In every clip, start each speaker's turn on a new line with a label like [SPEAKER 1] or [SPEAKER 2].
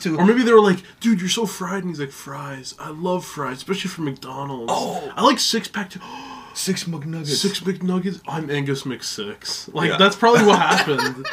[SPEAKER 1] to.
[SPEAKER 2] Or maybe they were like, dude, you're so fried. And he's like, fries. I love fries, especially from McDonald's.
[SPEAKER 1] Oh.
[SPEAKER 2] I like six pack too.
[SPEAKER 1] Six McNuggets.
[SPEAKER 2] Six McNuggets. I'm Angus McSix. Like
[SPEAKER 1] Yeah.
[SPEAKER 2] that's probably what happened.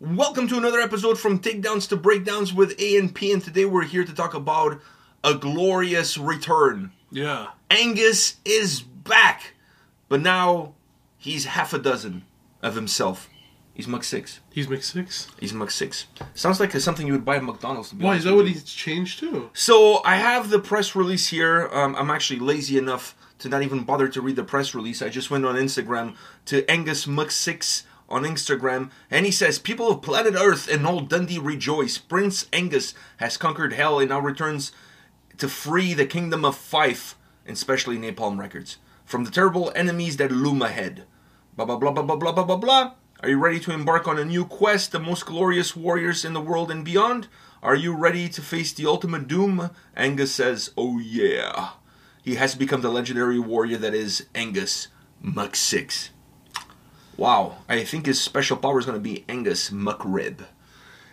[SPEAKER 1] Welcome to another episode from Takedowns to Breakdowns with A and P, and today we're here to talk about a glorious return.
[SPEAKER 2] Yeah.
[SPEAKER 1] Angus is back, but now he's half a dozen of himself. He's Mach Six.
[SPEAKER 2] He's McSix.
[SPEAKER 1] He's Mach Six. Sounds like something you would buy at McDonald's. To be
[SPEAKER 2] Why
[SPEAKER 1] honest
[SPEAKER 2] is that
[SPEAKER 1] with
[SPEAKER 2] what
[SPEAKER 1] you.
[SPEAKER 2] he's changed to?
[SPEAKER 1] So I have the press release here. Um, I'm actually lazy enough to not even bother to read the press release. I just went on Instagram to Angus Muck6 on Instagram, and he says, "People of planet Earth and all Dundee rejoice. Prince Angus has conquered hell and now returns to free the kingdom of Fife, and especially Napalm Records, from the terrible enemies that loom ahead." Blah blah blah blah blah blah blah blah blah. Are you ready to embark on a new quest, the most glorious warriors in the world and beyond? Are you ready to face the ultimate doom? Angus says, Oh yeah. He has become the legendary warrior that is Angus Muck Six. Wow, I think his special power is gonna be Angus Muck Rib.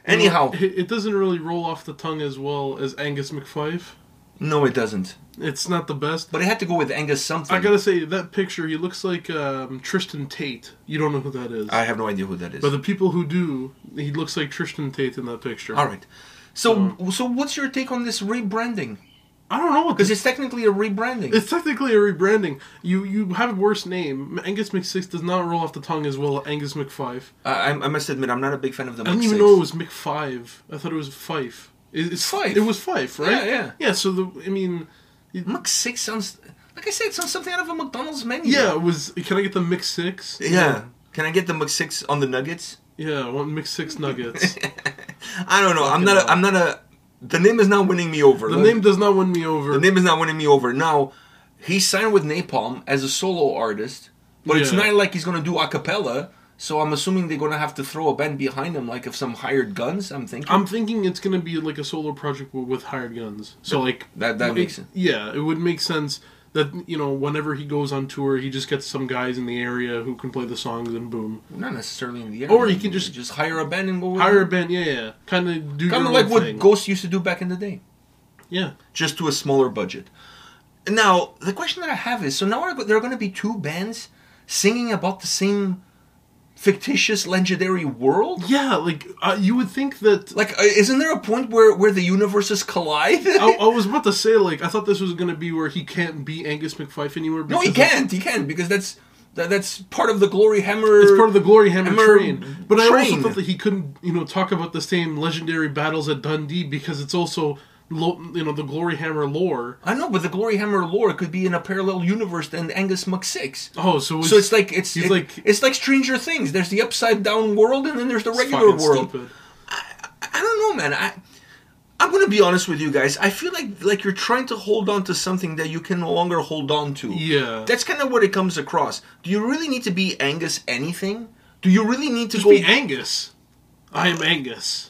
[SPEAKER 1] Anyhow,
[SPEAKER 2] it, it doesn't really roll off the tongue as well as Angus McFife.
[SPEAKER 1] no it doesn't.
[SPEAKER 2] It's not the best.
[SPEAKER 1] But I had to go with Angus something.
[SPEAKER 2] I gotta say that picture. He looks like um, Tristan Tate. You don't know who that is.
[SPEAKER 1] I have no idea who that is.
[SPEAKER 2] but the people who do, he looks like Tristan Tate in that picture.
[SPEAKER 1] Alright. So so what's your take on this rebranding?
[SPEAKER 2] I don't know
[SPEAKER 1] Because it's technically a rebranding.
[SPEAKER 2] It's technically a rebranding. You you have a worse name. Angus McSix does not roll off the tongue as well. as Angus McFive.
[SPEAKER 1] I, I I must admit, I'm not a big fan of the.
[SPEAKER 2] I didn't even know it was McFive. I thought it was Fife. It, it's
[SPEAKER 1] Fife.
[SPEAKER 2] It was Fife, right?
[SPEAKER 1] Yeah, yeah.
[SPEAKER 2] Yeah. So the I mean,
[SPEAKER 1] Mc Six sounds like I said, it sounds something out of a McDonald's menu.
[SPEAKER 2] yeah. It was can I get the Mc Six?
[SPEAKER 1] yeah. Can I get the Mc Six on the nuggets?
[SPEAKER 2] Yeah. I want Mc Six nuggets.
[SPEAKER 1] I don't know. I'm not. A, I'm not a. The name is not winning me over.
[SPEAKER 2] the
[SPEAKER 1] Like,
[SPEAKER 2] name does not win me over.
[SPEAKER 1] The name is not winning me over. Now, he signed with Napalm as a solo artist, but it's
[SPEAKER 2] Yeah.
[SPEAKER 1] not like he's gonna do a cappella. So I'm assuming they're gonna have to throw a band behind him, like of some hired guns. I'm thinking.
[SPEAKER 2] I'm thinking it's gonna be like a solo project w- with hired guns. So like
[SPEAKER 1] That- that
[SPEAKER 2] it-
[SPEAKER 1] makes sense.
[SPEAKER 2] Yeah, it would make sense that you know whenever he goes on tour, he just gets some guys in the area who can play the songs and boom,
[SPEAKER 1] not necessarily in the area.
[SPEAKER 2] Or he can just-
[SPEAKER 1] just hire a band and go. with
[SPEAKER 2] hire a
[SPEAKER 1] them.
[SPEAKER 2] band. Yeah, yeah, kind of do
[SPEAKER 1] kind
[SPEAKER 2] your
[SPEAKER 1] of
[SPEAKER 2] own
[SPEAKER 1] like what
[SPEAKER 2] thing.
[SPEAKER 1] Ghost used to do back in the day.
[SPEAKER 2] yeah,
[SPEAKER 1] just to a smaller budget. Now, the question that I have is so now are, there are going to be two bands singing about the same fictitious legendary world?
[SPEAKER 2] yeah. Like uh, you would think that.
[SPEAKER 1] Like, uh, isn't there a point where, where the universes collide?
[SPEAKER 2] I, I was about to say like I thought this was gonna be where he can't be Angus McFife anywhere.
[SPEAKER 1] no,
[SPEAKER 2] because
[SPEAKER 1] he
[SPEAKER 2] it's-
[SPEAKER 1] can't. He can't because that's that, that's part of the Glory Hammer.
[SPEAKER 2] It's part of the glory hammer,
[SPEAKER 1] Hammer
[SPEAKER 2] train. But I also
[SPEAKER 1] train.
[SPEAKER 2] thought that he couldn't, you know, talk about the same legendary battles at Dundee because it's also, lo- you know, the glory hammer lore.
[SPEAKER 1] I know, but the Glory Hammer lore could be in a parallel universe than Angus Muck Six.
[SPEAKER 2] Oh, so it's,
[SPEAKER 1] So it's like it's
[SPEAKER 2] he's
[SPEAKER 1] it-
[SPEAKER 2] like-
[SPEAKER 1] it's like Stranger Things. There's the upside down world, and then there's the regular
[SPEAKER 2] fucking
[SPEAKER 1] world.
[SPEAKER 2] stupid.
[SPEAKER 1] I don't know, man. I I'm gonna be honest with you guys. I feel like like you're trying to hold on to something that you can no longer hold on to.
[SPEAKER 2] Yeah.
[SPEAKER 1] that's kind of what it comes across. Do you really need to be Angus anything? Do you really need to
[SPEAKER 2] Just
[SPEAKER 1] go
[SPEAKER 2] be Angus. I am Angus.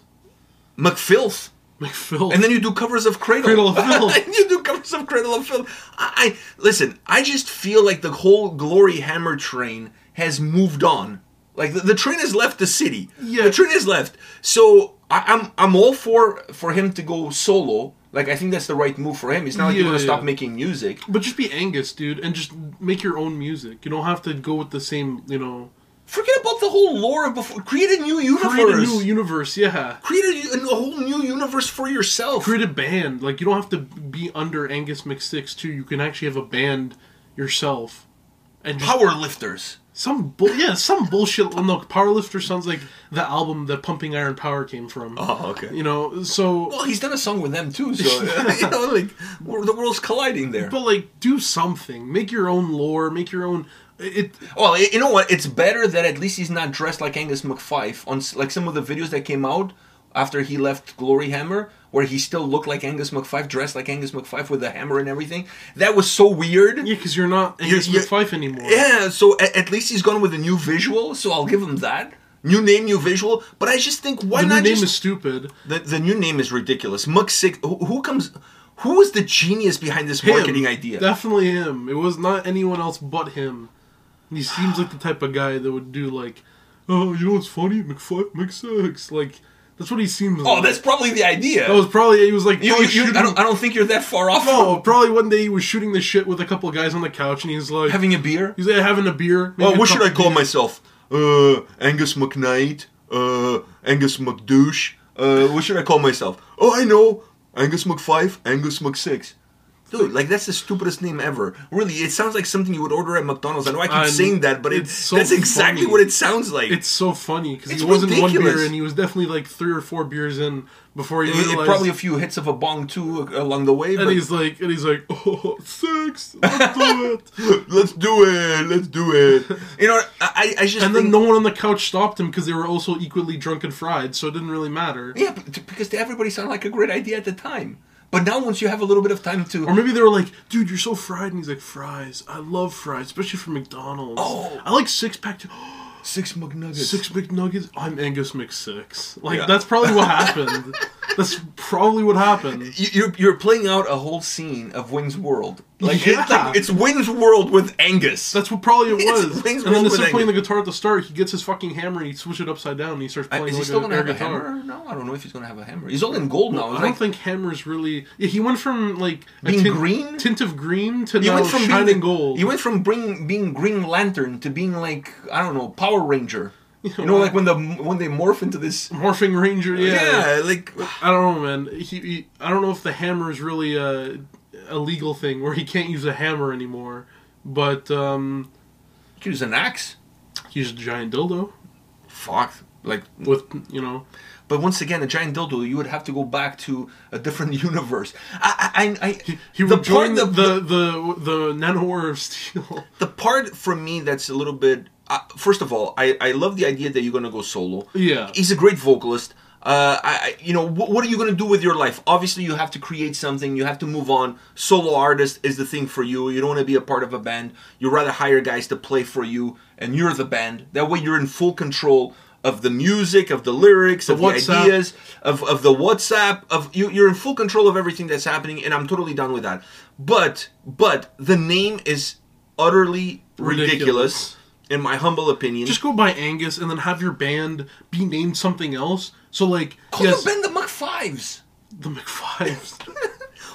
[SPEAKER 1] McFilth?
[SPEAKER 2] McPhill.
[SPEAKER 1] And then you do covers of Cradle,
[SPEAKER 2] Cradle of Filth.
[SPEAKER 1] and you do covers of Cradle of Filth. I, I listen. I just feel like the whole Glory Hammer train has moved on. Like the, the train has left the city.
[SPEAKER 2] Yeah.
[SPEAKER 1] the train has left. So I, I'm I'm all for for him to go solo. Like I think that's the right move for him. It's not like you're
[SPEAKER 2] Yeah,
[SPEAKER 1] gonna stop
[SPEAKER 2] yeah.
[SPEAKER 1] making music.
[SPEAKER 2] but just be Angus, dude, and just make your own music. You don't have to go with the same, you know,
[SPEAKER 1] Forget about the whole lore of before. Create a new universe.
[SPEAKER 2] create a new universe. Yeah.
[SPEAKER 1] Create a, a whole new universe for yourself.
[SPEAKER 2] Create a band. Like, you don't have to be under Angus McSix, too. You can actually have a band yourself. And just
[SPEAKER 1] Power lifters.
[SPEAKER 2] Some bull, yeah, some bullshit. Well, no, Powerlifter sounds like the album that Pumping Iron Power came from.
[SPEAKER 1] Oh, okay.
[SPEAKER 2] You know, so
[SPEAKER 1] Well, he's done a song with them too, so you know, like we're- the world's colliding there.
[SPEAKER 2] but like, do something. Make your own lore. Make your own. It.
[SPEAKER 1] Well, you know what? It's better that at least he's not dressed like Angus McFife on s- like some of the videos that came out after he left Glory Hammer, where he still looked like Angus McFife, dressed like Angus McFife with a hammer and everything. That was so weird.
[SPEAKER 2] Yeah, because you're not Angus
[SPEAKER 1] you're-
[SPEAKER 2] McFife anymore.
[SPEAKER 1] Yeah, so at, at least he's gone with a new visual, so I'll give him that. New name, new visual, but I just think why
[SPEAKER 2] the new
[SPEAKER 1] not
[SPEAKER 2] name
[SPEAKER 1] just
[SPEAKER 2] is stupid.
[SPEAKER 1] The, the new name is ridiculous. Muck Six. Who, who comes? Who was the genius behind this
[SPEAKER 2] Him.
[SPEAKER 1] marketing idea?
[SPEAKER 2] Definitely him. It was not anyone else but him. And he seems like the type of guy that would do like, oh, you know what's funny? McFi- McSucks. Like that's what he seems.
[SPEAKER 1] oh,
[SPEAKER 2] like.
[SPEAKER 1] that's probably the idea.
[SPEAKER 2] that was probably he was like. oh,
[SPEAKER 1] you,
[SPEAKER 2] probably
[SPEAKER 1] you- you- I, don't, I don't think you're that far off
[SPEAKER 2] no, Oh, probably one day he was shooting the shit with a couple guys on the couch, and he's like,
[SPEAKER 1] from having a beer.
[SPEAKER 2] he's like, having a beer. maybe
[SPEAKER 1] Oh,
[SPEAKER 2] a
[SPEAKER 1] what should
[SPEAKER 2] couple
[SPEAKER 1] I call
[SPEAKER 2] beers.
[SPEAKER 1] myself? Uh, Angus McKnight. Uh, Angus McDouche. Uh, what should I call myself? Oh, I know. Angus McFive. Angus McSix. Dude, like that's the stupidest name ever. Really, it sounds like something you would order at McDonald's. I know I keep
[SPEAKER 2] I'm-
[SPEAKER 1] saying that, but it,
[SPEAKER 2] it's so
[SPEAKER 1] that's exactly
[SPEAKER 2] funny.
[SPEAKER 1] what it sounds like.
[SPEAKER 2] It's so funny because
[SPEAKER 1] It's
[SPEAKER 2] he wasn't one
[SPEAKER 1] ridiculous.
[SPEAKER 2] beer, and he was definitely like three or four beers in before he
[SPEAKER 1] It- it
[SPEAKER 2] realized.
[SPEAKER 1] probably a few hits of a bong too uh, along the way.
[SPEAKER 2] and
[SPEAKER 1] But
[SPEAKER 2] he's like, and he's like, oh, six, let's do it.
[SPEAKER 1] let's do it. Let's do it. You know, I, I I just
[SPEAKER 2] And then
[SPEAKER 1] think,
[SPEAKER 2] no one on the couch stopped him because they were also equally drunk and fried, so it didn't really matter.
[SPEAKER 1] yeah, but- because to everybody sounded like a great idea at the time. But now, once you have a little bit of time to
[SPEAKER 2] Or maybe they were like, "Dude, you're so fried," and he's like, "Fries, I love fries, especially from McDonald's.
[SPEAKER 1] Oh.
[SPEAKER 2] I like six pack too.
[SPEAKER 1] six McNuggets,
[SPEAKER 2] Six McNuggets. I'm Angus McSix. Like
[SPEAKER 1] Yeah.
[SPEAKER 2] that's probably what happened. that's probably what happened.
[SPEAKER 1] you- you're you're playing out a whole scene of Wayne's World. Like,
[SPEAKER 2] Yeah.
[SPEAKER 1] it's, like it's Wayne's World with Angus.
[SPEAKER 2] That's what probably it
[SPEAKER 1] It's
[SPEAKER 2] was.
[SPEAKER 1] Wayne's
[SPEAKER 2] And then
[SPEAKER 1] World
[SPEAKER 2] instead
[SPEAKER 1] with
[SPEAKER 2] of playing the guitar at the start, he gets his fucking hammer and he switches it upside down and he starts
[SPEAKER 1] I-
[SPEAKER 2] playing
[SPEAKER 1] Uh, is he
[SPEAKER 2] like
[SPEAKER 1] still
[SPEAKER 2] a
[SPEAKER 1] gonna
[SPEAKER 2] air
[SPEAKER 1] have a
[SPEAKER 2] guitar.
[SPEAKER 1] hammer? No, I don't know if he's gonna have a hammer. He's all in gold now. It's
[SPEAKER 2] I
[SPEAKER 1] like,
[SPEAKER 2] don't think hammers really. Yeah, he went from like a
[SPEAKER 1] Being
[SPEAKER 2] tint,
[SPEAKER 1] green?
[SPEAKER 2] tint of green to
[SPEAKER 1] you
[SPEAKER 2] now
[SPEAKER 1] went from
[SPEAKER 2] shining
[SPEAKER 1] being
[SPEAKER 2] gold.
[SPEAKER 1] You went from bring, being Green Lantern to being like I don't know Power Ranger. You know, like when the when they morph into this.
[SPEAKER 2] morphing ranger.
[SPEAKER 1] Yeah, like
[SPEAKER 2] I don't know, man. He, he I don't know if the hammer is really a, a legal thing where he can't use a hammer anymore, but um,
[SPEAKER 1] use an axe.
[SPEAKER 2] he's a giant dildo
[SPEAKER 1] Fuck. Like,
[SPEAKER 2] with you know.
[SPEAKER 1] but once again, a giant dildo. You would have to go back to a different universe. I, I, I, I
[SPEAKER 2] He, he
[SPEAKER 1] the
[SPEAKER 2] would join
[SPEAKER 1] part
[SPEAKER 2] the
[SPEAKER 1] that
[SPEAKER 2] the the, the nanowar of steel.
[SPEAKER 1] the part for me that's a little bit uh, first of all I, I love the idea that you're gonna go solo
[SPEAKER 2] Yeah.
[SPEAKER 1] he's a great vocalist uh, I, I you know wh- what are you gonna do with your life obviously you have to create something you have to move on solo artist is the thing for you you don't want to be a part of a band you'd rather hire guys to play for you and you're the band that way you're in full control of the music of the lyrics of the
[SPEAKER 2] WhatsApp.
[SPEAKER 1] ideas of, of the whatsapp of you, you're in full control of everything that's happening and i'm totally done with that but but the name is utterly ridiculous,
[SPEAKER 2] Ridiculous.
[SPEAKER 1] in my humble opinion.
[SPEAKER 2] Just go by Angus and then have your band be named something else. So like
[SPEAKER 1] call
[SPEAKER 2] yes,
[SPEAKER 1] the band the Mach Fives,
[SPEAKER 2] the McFives,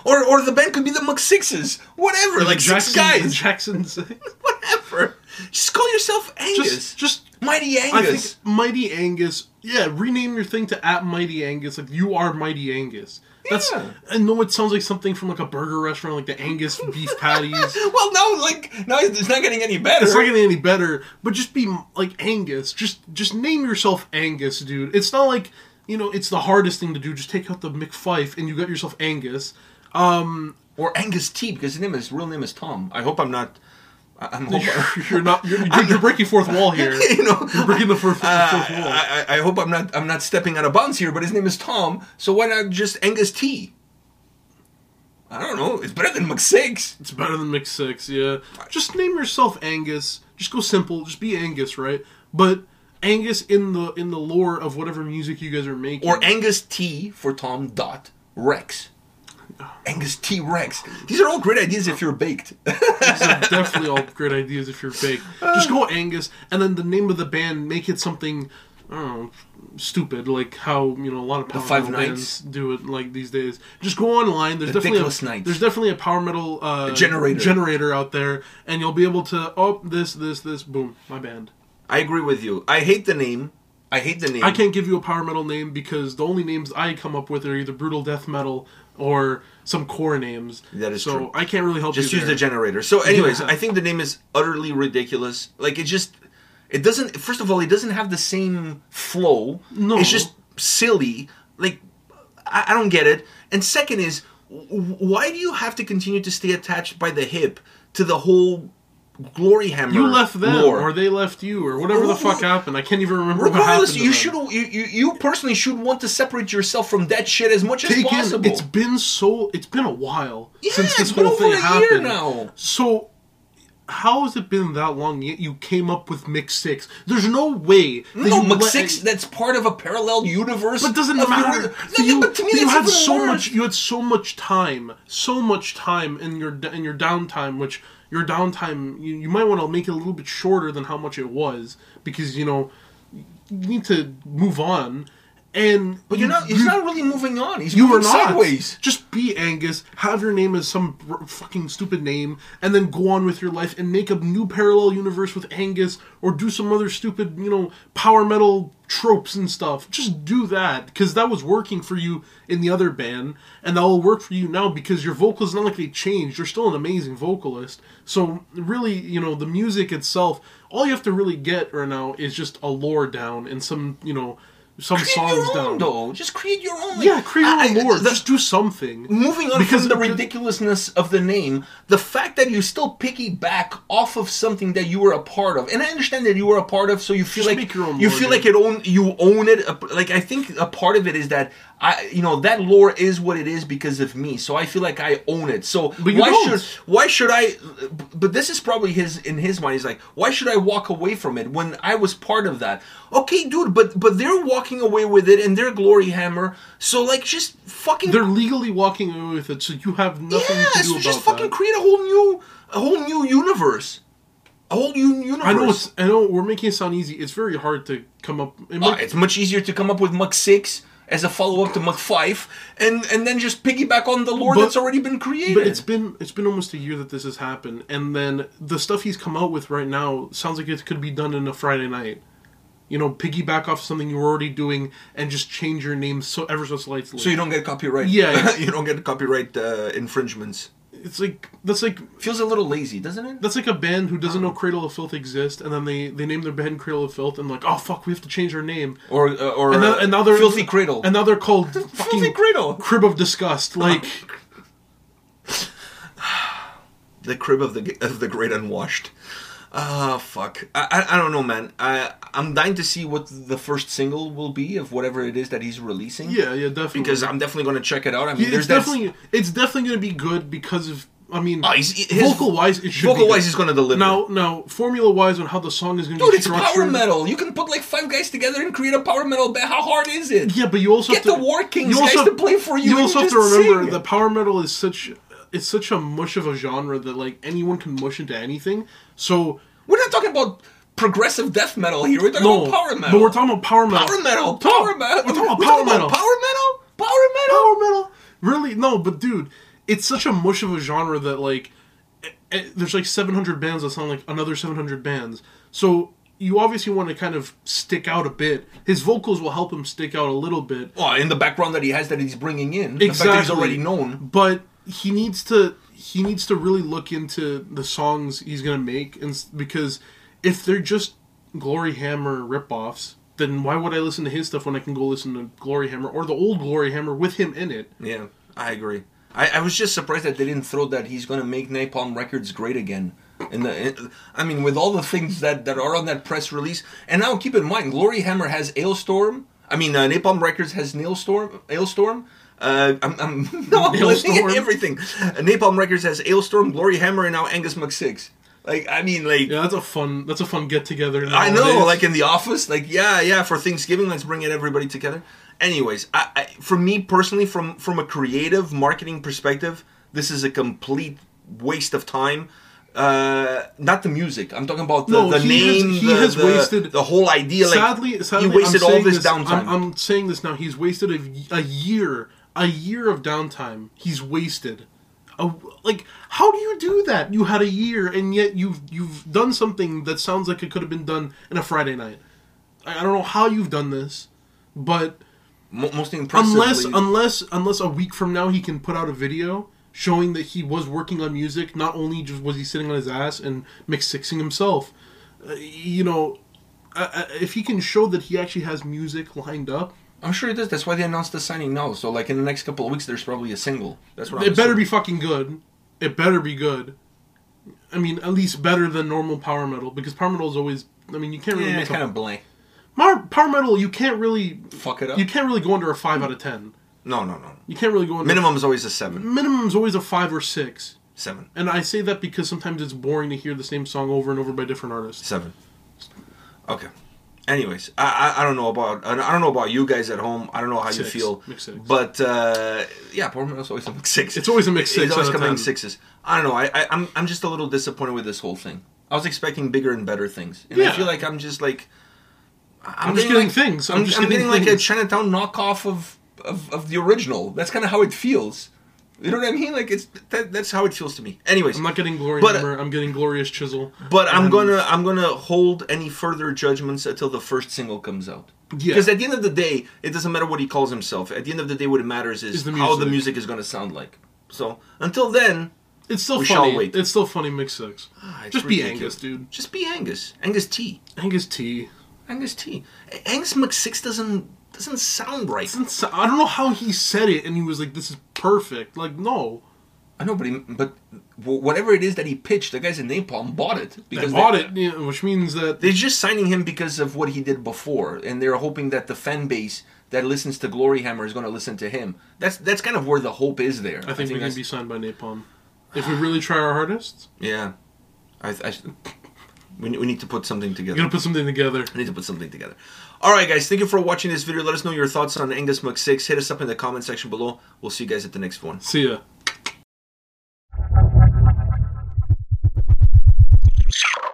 [SPEAKER 1] or or the band could be the Mach Sixes, whatever. like six
[SPEAKER 2] the
[SPEAKER 1] guys,
[SPEAKER 2] Jacksons.
[SPEAKER 1] whatever. Just call yourself Angus,
[SPEAKER 2] just just
[SPEAKER 1] Mighty
[SPEAKER 2] I
[SPEAKER 1] Angus.
[SPEAKER 2] think Mighty Angus. Yeah, rename your thing to at Mighty Angus. Like you are Mighty Angus. That's.
[SPEAKER 1] Yeah.
[SPEAKER 2] I know it sounds like something from like a burger restaurant, like the Angus beef patties.
[SPEAKER 1] well, no, like now it's it's not getting any better.
[SPEAKER 2] It's not getting any better, but just be like Angus. Just just name yourself Angus, dude. It's not like you know it's the hardest thing to do. Just take out the McFife and you got yourself Angus.
[SPEAKER 1] or Angus T, because his name is real name is Tom. I hope I'm not. I- I'm hope.
[SPEAKER 2] You're not. You're, you're, you're breaking fourth wall here.
[SPEAKER 1] You know,
[SPEAKER 2] You're breaking the fourth,
[SPEAKER 1] Uh,
[SPEAKER 2] fourth wall.
[SPEAKER 1] I, I, I hope I'm not I'm not stepping out of bounds here, but his name is Tom, so why not just Angus T? I don't know. It's better than McSix.
[SPEAKER 2] It's better than Mix Six, yeah. Just name yourself Angus. Just go simple. Just be Angus, right? But Angus in the in the lore of whatever music you guys are making.
[SPEAKER 1] Or Angus T for Tom Dot Rex. Angus T Rex. These are all great ideas if you're baked.
[SPEAKER 2] These are definitely all great ideas if you're fake. Just go Angus, and then the name of the band make it something. I don't know, stupid. Like how you know a lot of power
[SPEAKER 1] Five
[SPEAKER 2] metal
[SPEAKER 1] Knights.
[SPEAKER 2] bands do it. Like these days, just go online. There's
[SPEAKER 1] The Dickless
[SPEAKER 2] definitely a,
[SPEAKER 1] Knights.
[SPEAKER 2] there's definitely a power metal uh,
[SPEAKER 1] generator.
[SPEAKER 2] generator out there, and you'll be able to oh this this this boom my band.
[SPEAKER 1] I agree with you. I hate the name. I hate the name.
[SPEAKER 2] I can't give you a power metal name because the only names I come up with are either brutal death metal or some core names.
[SPEAKER 1] That is
[SPEAKER 2] so
[SPEAKER 1] true.
[SPEAKER 2] I can't really help
[SPEAKER 1] just
[SPEAKER 2] you.
[SPEAKER 1] use
[SPEAKER 2] there.
[SPEAKER 1] the generator. So, anyways,
[SPEAKER 2] Yeah.
[SPEAKER 1] I think the name is utterly ridiculous. Like it just, it doesn't. First of all, it doesn't have the same flow.
[SPEAKER 2] No.
[SPEAKER 1] it's just silly. Like I, I don't get it. And second is, w- why do you have to continue to stay attached by the hip to the whole glory hammer?
[SPEAKER 2] you left them,
[SPEAKER 1] lore?
[SPEAKER 2] or they left you, or whatever the
[SPEAKER 1] Well,
[SPEAKER 2] fuck happened. I can't even remember what happened.
[SPEAKER 1] Regardless,
[SPEAKER 2] to
[SPEAKER 1] you
[SPEAKER 2] them.
[SPEAKER 1] should you, you you personally should want to separate yourself from that shit as much as
[SPEAKER 2] Again,
[SPEAKER 1] possible.
[SPEAKER 2] It's been so. It's been a while
[SPEAKER 1] Yeah,
[SPEAKER 2] since this
[SPEAKER 1] it's been
[SPEAKER 2] whole
[SPEAKER 1] over
[SPEAKER 2] thing
[SPEAKER 1] a year
[SPEAKER 2] happened.
[SPEAKER 1] now.
[SPEAKER 2] So how has it been that long yet you came up with Mix Six? There's no way. that
[SPEAKER 1] No,
[SPEAKER 2] you let-
[SPEAKER 1] McSix, that's part of a parallel universe.
[SPEAKER 2] But doesn't
[SPEAKER 1] of
[SPEAKER 2] matter.
[SPEAKER 1] your-
[SPEAKER 2] So you,
[SPEAKER 1] but to me,
[SPEAKER 2] you
[SPEAKER 1] that's
[SPEAKER 2] had
[SPEAKER 1] even
[SPEAKER 2] so
[SPEAKER 1] worse.
[SPEAKER 2] much. You had so much time, so much time in your in your downtime, which your downtime you, you might want to make it a little bit shorter than how much it was because you know you need to move on. And
[SPEAKER 1] But you're not. He's not really moving on. He's
[SPEAKER 2] you
[SPEAKER 1] moving
[SPEAKER 2] are not.
[SPEAKER 1] sideways.
[SPEAKER 2] Just be Angus. Have your name as some br- fucking stupid name, and then go on with your life and make a new parallel universe with Angus, or do some other stupid, you know, power metal tropes and stuff. Just do that because that was working for you in the other band, and that will work for you now because your vocals not like they changed. You're still an amazing vocalist. So really, you know, the music itself. All you have to really get right now is just a lore down and some, you know, some
[SPEAKER 1] Create
[SPEAKER 2] songs
[SPEAKER 1] your
[SPEAKER 2] down.
[SPEAKER 1] own, though. Just create your own.
[SPEAKER 2] Yeah, create
[SPEAKER 1] I- Mm.
[SPEAKER 2] your
[SPEAKER 1] I-
[SPEAKER 2] own lore.
[SPEAKER 1] the-
[SPEAKER 2] Just do something.
[SPEAKER 1] moving on
[SPEAKER 2] Because
[SPEAKER 1] from the
[SPEAKER 2] the-
[SPEAKER 1] ridiculousness of the name, the fact that you still piggyback off of something that you were a part of, and I understand that you were a part of, so you feel
[SPEAKER 2] Just
[SPEAKER 1] like
[SPEAKER 2] make your own
[SPEAKER 1] you
[SPEAKER 2] lore,
[SPEAKER 1] feel
[SPEAKER 2] dude.
[SPEAKER 1] like it own you own it. uh, Like I think a part of it is that I, you know, that lore is what it is because of me. So I feel like I own it. So
[SPEAKER 2] you
[SPEAKER 1] why
[SPEAKER 2] don't.
[SPEAKER 1] should why should I? But this is probably his in his mind. He's like, why should I walk away from it when I was part of that? Okay, dude, but but they're walking away with it and they're glory hammer. So like, just fucking
[SPEAKER 2] They're legally walking away with it, so you have nothing
[SPEAKER 1] yeah,
[SPEAKER 2] to do
[SPEAKER 1] so
[SPEAKER 2] about
[SPEAKER 1] just
[SPEAKER 2] that.
[SPEAKER 1] fucking create a whole new, a whole new universe, a whole new universe.
[SPEAKER 2] I know it's. I know we're making it sound easy. It's very hard to come up. It
[SPEAKER 1] Uh,
[SPEAKER 2] might,
[SPEAKER 1] it's much easier to come up with Mach Six as a follow up to Mach Five, and and then just piggyback on the lore
[SPEAKER 2] But-
[SPEAKER 1] that's already been created.
[SPEAKER 2] but it's been it's been almost a year that this has happened, and then the stuff he's come out with right now sounds like it could be done in a Friday night. You know, piggyback off something you were already doing and just change your name so ever so slightly.
[SPEAKER 1] so you don't get copyright.
[SPEAKER 2] Yeah, yeah.
[SPEAKER 1] you don't get copyright uh, infringements.
[SPEAKER 2] it's like that's like
[SPEAKER 1] Feels a little lazy, doesn't it?
[SPEAKER 2] That's like a band who
[SPEAKER 1] Oh.
[SPEAKER 2] doesn't know Cradle of Filth exists, and then they they name their band Cradle of Filth, and like, oh fuck, we have to change our name.
[SPEAKER 1] Or uh, or
[SPEAKER 2] And then
[SPEAKER 1] uh,
[SPEAKER 2] another
[SPEAKER 1] filthy cradle.
[SPEAKER 2] and now they're called fucking
[SPEAKER 1] cradle. Uh-huh.
[SPEAKER 2] Crib of Disgust. Like,
[SPEAKER 1] the crib of the of the great unwashed. Ah, fuck. I, I I don't know, man. I I'm dying to see what the first single will be of whatever it is that he's releasing.
[SPEAKER 2] yeah, yeah, definitely.
[SPEAKER 1] because I'm definitely going to check it out. I mean,
[SPEAKER 2] it's
[SPEAKER 1] there's that
[SPEAKER 2] definitely it's definitely gonna be good because of. I mean,
[SPEAKER 1] Ah, he's- his-
[SPEAKER 2] vocal wise, it should
[SPEAKER 1] vocal
[SPEAKER 2] be
[SPEAKER 1] wise
[SPEAKER 2] good.
[SPEAKER 1] he's going to deliver.
[SPEAKER 2] Now, now, formula wise, on how the song is gonna
[SPEAKER 1] dude,
[SPEAKER 2] be
[SPEAKER 1] it's
[SPEAKER 2] structured.
[SPEAKER 1] power metal. You can put like five guys together and create a power metal band. How hard is it?
[SPEAKER 2] Yeah, but you also
[SPEAKER 1] Get
[SPEAKER 2] have to,
[SPEAKER 1] the War Kings
[SPEAKER 2] you
[SPEAKER 1] guys
[SPEAKER 2] also-
[SPEAKER 1] to play for you
[SPEAKER 2] You
[SPEAKER 1] and
[SPEAKER 2] also have to
[SPEAKER 1] just
[SPEAKER 2] remember
[SPEAKER 1] sing.
[SPEAKER 2] that power metal is such it's such a mush of a genre that like anyone can mush into anything. So
[SPEAKER 1] We're not talking about progressive death metal here. We're talking
[SPEAKER 2] no,
[SPEAKER 1] about power metal.
[SPEAKER 2] but we're talking about power metal.
[SPEAKER 1] power metal.
[SPEAKER 2] Talk-
[SPEAKER 1] Power metal.
[SPEAKER 2] We're talking about
[SPEAKER 1] We're
[SPEAKER 2] power
[SPEAKER 1] talking
[SPEAKER 2] metal.
[SPEAKER 1] about Power metal. Power metal.
[SPEAKER 2] power metal. Really? No, but dude, it's such a mush of a genre that like eh, eh, there's like 700 bands that sound like another 700 bands. So you obviously want to kind of stick out a bit. His vocals will help him stick out a little bit.
[SPEAKER 1] Well, Oh, in the background that he has that he's bringing in, the fact
[SPEAKER 2] exactly
[SPEAKER 1] that he's already known.
[SPEAKER 2] but he needs to he needs to really look into the songs he's gonna make and s- because if they're just glory hammer ripoffs then why would i listen to his stuff when i can go listen to glory hammer or the old glory hammer with him in it
[SPEAKER 1] Yeah, I agree. I, I was just surprised that they didn't throw that he's going to make Napalm Records great again. And the, I mean, with all the things that, that are on that press release, and now keep in mind, Glory Hammer has Ailstorm. I mean, uh, Napalm Records has Nailstorm. Ailstorm. Uh, I'm, I'm no, I'm listing
[SPEAKER 2] Nailstorm.
[SPEAKER 1] everything. Uh, Napalm Records has Ailstorm, Glory Hammer, and now Angus McSix. Like, I mean, like
[SPEAKER 2] yeah that's a fun that's a fun get together
[SPEAKER 1] I know, like in the office, like yeah, yeah, for Thanksgiving, let's bring it everybody together. Anyways, I, I, for me personally, from from a creative marketing perspective, this is a complete waste of time. Uh, not the music. I'm talking about the,
[SPEAKER 2] No,
[SPEAKER 1] the
[SPEAKER 2] he has-
[SPEAKER 1] name.
[SPEAKER 2] he
[SPEAKER 1] the,
[SPEAKER 2] has
[SPEAKER 1] the-
[SPEAKER 2] wasted-
[SPEAKER 1] the whole idea. Like,
[SPEAKER 2] sadly, sadly,
[SPEAKER 1] he wasted
[SPEAKER 2] I'm
[SPEAKER 1] all
[SPEAKER 2] saying
[SPEAKER 1] this,
[SPEAKER 2] I'm-
[SPEAKER 1] downtime.
[SPEAKER 2] I'm, saying this now. He's wasted a, y- a year, a year of downtime. He's wasted. A, like, how do you do that? You had a year, and yet you've you've done something that sounds like it could have been done in a Friday night. I, I don't know how you've done this, but
[SPEAKER 1] Mo- most impressively,
[SPEAKER 2] unless um, unless unless a week from now he can put out a video showing that he was working on music not only just was he sitting on his ass and mix sixing himself uh, you know uh, uh, if he can show that he actually has music lined up
[SPEAKER 1] I'm sure it is. That's why they announced the signing now. So, like in the next couple of weeks, there's probably a single. That's what I'm
[SPEAKER 2] it better
[SPEAKER 1] assuming.
[SPEAKER 2] be fucking good it better be good i mean at least better than normal power metal because power metal is always i mean you can't really
[SPEAKER 1] Yeah,
[SPEAKER 2] make
[SPEAKER 1] it's
[SPEAKER 2] a,
[SPEAKER 1] kind of blank.
[SPEAKER 2] Mar- power metal you can't really
[SPEAKER 1] Fuck it up.
[SPEAKER 2] you can't really go under a 5 out of 10
[SPEAKER 1] no, no, no.
[SPEAKER 2] you can't really go under
[SPEAKER 1] Minimum is always a seven.
[SPEAKER 2] minimum is always a five or six.
[SPEAKER 1] Seven.
[SPEAKER 2] And I say that because sometimes it's boring to hear the same song over and over by different artists.
[SPEAKER 1] Seven. Okay. Anyways, I, I I don't know about I don't know about you guys at home. I don't know how
[SPEAKER 2] Six.
[SPEAKER 1] you feel,
[SPEAKER 2] Mix six.
[SPEAKER 1] but uh, yeah, Power Metal's always a mix six.
[SPEAKER 2] It's always a mix six
[SPEAKER 1] It's always
[SPEAKER 2] out of
[SPEAKER 1] coming
[SPEAKER 2] 10.
[SPEAKER 1] sixes. I don't know. I, I I'm I'm just a little disappointed with this whole thing. I was expecting bigger and better things, and I
[SPEAKER 2] Yeah.
[SPEAKER 1] feel like I'm just like I'm,
[SPEAKER 2] just getting things. I'm
[SPEAKER 1] I'm,
[SPEAKER 2] just
[SPEAKER 1] I'm
[SPEAKER 2] getting
[SPEAKER 1] getting, like a
[SPEAKER 2] things.
[SPEAKER 1] Chinatown knockoff of of, of the original. That's kind of how it feels. You know what I mean? Like it's that, that's how it feels to me. Anyways,
[SPEAKER 2] I'm not getting glory
[SPEAKER 1] But- uh,
[SPEAKER 2] number. I'm getting glorious chisel.
[SPEAKER 1] but I'm
[SPEAKER 2] And-
[SPEAKER 1] gonna I'm gonna hold any further judgments until the first single comes out.
[SPEAKER 2] Yeah.
[SPEAKER 1] Because at the end of the day, it doesn't matter what he calls himself. At the end of the day, what it matters is,
[SPEAKER 2] Is the
[SPEAKER 1] how the
[SPEAKER 2] music.
[SPEAKER 1] music is gonna sound like. So until then,
[SPEAKER 2] It's still
[SPEAKER 1] We shall
[SPEAKER 2] funny.
[SPEAKER 1] wait.
[SPEAKER 2] It's still funny. Mix six.
[SPEAKER 1] ah, it's
[SPEAKER 2] Just be
[SPEAKER 1] ridiculous.
[SPEAKER 2] Angus, dude.
[SPEAKER 1] Just be Angus. Angus T.
[SPEAKER 2] Angus T.
[SPEAKER 1] Angus T. A- Angus McSix doesn't doesn't sound right.
[SPEAKER 2] Doesn't so- I don't know how he said it, and he was like, "This is perfect." Like, no,
[SPEAKER 1] I know, but he, but wh- whatever it is that he pitched, the guys in Napalm bought it
[SPEAKER 2] they
[SPEAKER 1] because
[SPEAKER 2] bought it, you know, which means that
[SPEAKER 1] They're just signing him because of what he did before, and they're hoping that the fan base that listens to Glory Hammer is going to listen to him. That's that's kind of where the hope is there.
[SPEAKER 2] I think we can
[SPEAKER 1] that's-
[SPEAKER 2] be signed by Napalm if we really try our hardest.
[SPEAKER 1] yeah. I, I, we, ne- we need to put something together.
[SPEAKER 2] We're gonna put something together.
[SPEAKER 1] I need to put something together. All right, guys. Thank you for watching this video. Let us know your thoughts on Angus Muck Six. Hit us up in the comment section below. We'll see you guys at the next one.
[SPEAKER 2] See ya.